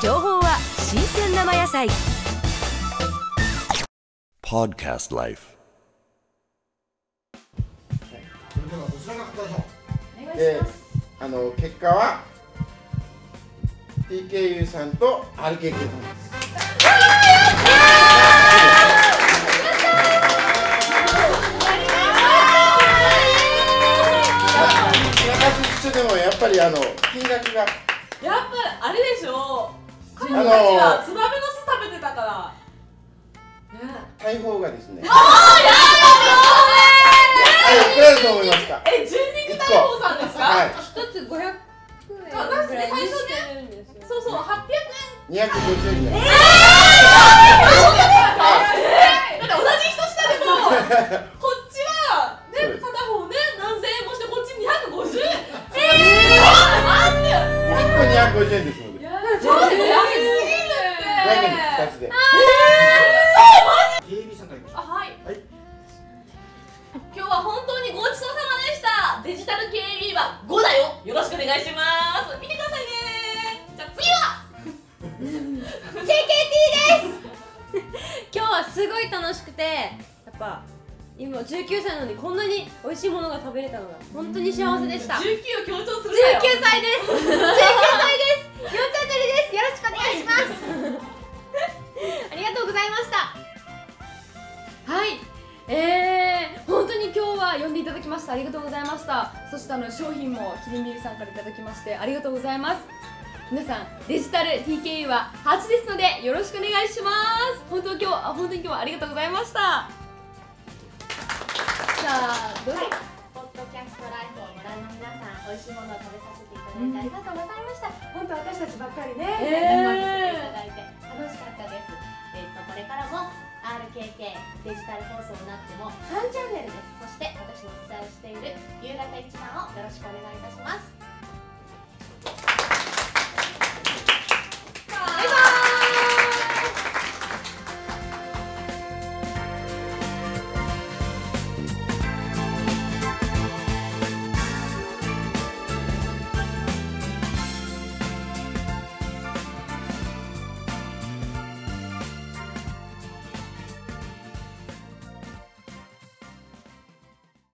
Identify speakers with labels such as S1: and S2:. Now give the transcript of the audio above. S1: 情報は新鮮生野菜
S2: Podcast Life.
S3: それではこちらが答え
S4: で、あの結果は TKU さんと RKK さんです。金額一緒でもやっぱりあの金額が
S5: やっぱあれでしょ彼女たちはツバメの巣食べてたからね
S4: 大砲がですね。ああ、いくらだと思いますか。
S5: え人力大砲さんですか、
S4: はい、
S6: 一つ500
S5: そう
S6: 円
S5: 私
S6: ぐ
S5: ね
S6: らいに
S5: 最初
S6: し
S5: ね
S6: てるんですよ
S5: そうそう800
S4: 二百五十円ぐらい。
S5: 円だって同じ人しかでもこっちは
S4: そう
S5: ね
S4: です
S5: 片方ね何千円もしてこっち250円えー、
S4: 一個二百五十円ですので。
S5: なんでちょっと安すぎる
S4: 大根
S5: っ
S4: 二
S5: て
S4: つで。
S3: た警備さんからいきましょ
S5: あはい、
S3: はい
S5: 今日は本当にごちそうさまでしたデジタル KB は5だよよろしくお願いします見てくださいねじゃあ次は KKT です
S6: 今日はすごい楽しくてやっぱ今19歳なのにこんなに美味しいものが食べれたのが本当に幸せでした19
S5: 19を強調するなよ
S6: 歳です19歳です4チャンネルですよろしくお願いしますありがとうございましたはいえー、本当に今日は呼んでいただきましたありがとうございましたそしてあの商品もキリンビルさんからいただきましてありがとうございます皆さんデジタル TKU は初ですのでよろしくお願いします本当今日あ本当に今日はありがとうございましたさあどうぞ、
S7: ポッドキャストライフをご覧の皆さん、美味しいものを食べさせていただいてありがとうございました。本当私たちばっかりね、
S6: えー
S7: 頑張らせていただいて楽しかったです。えっとこれからも RKK デジタル放送になっても3チャンネルです。そして私もお伝えしている夕方一番をよろしくお願いいたします。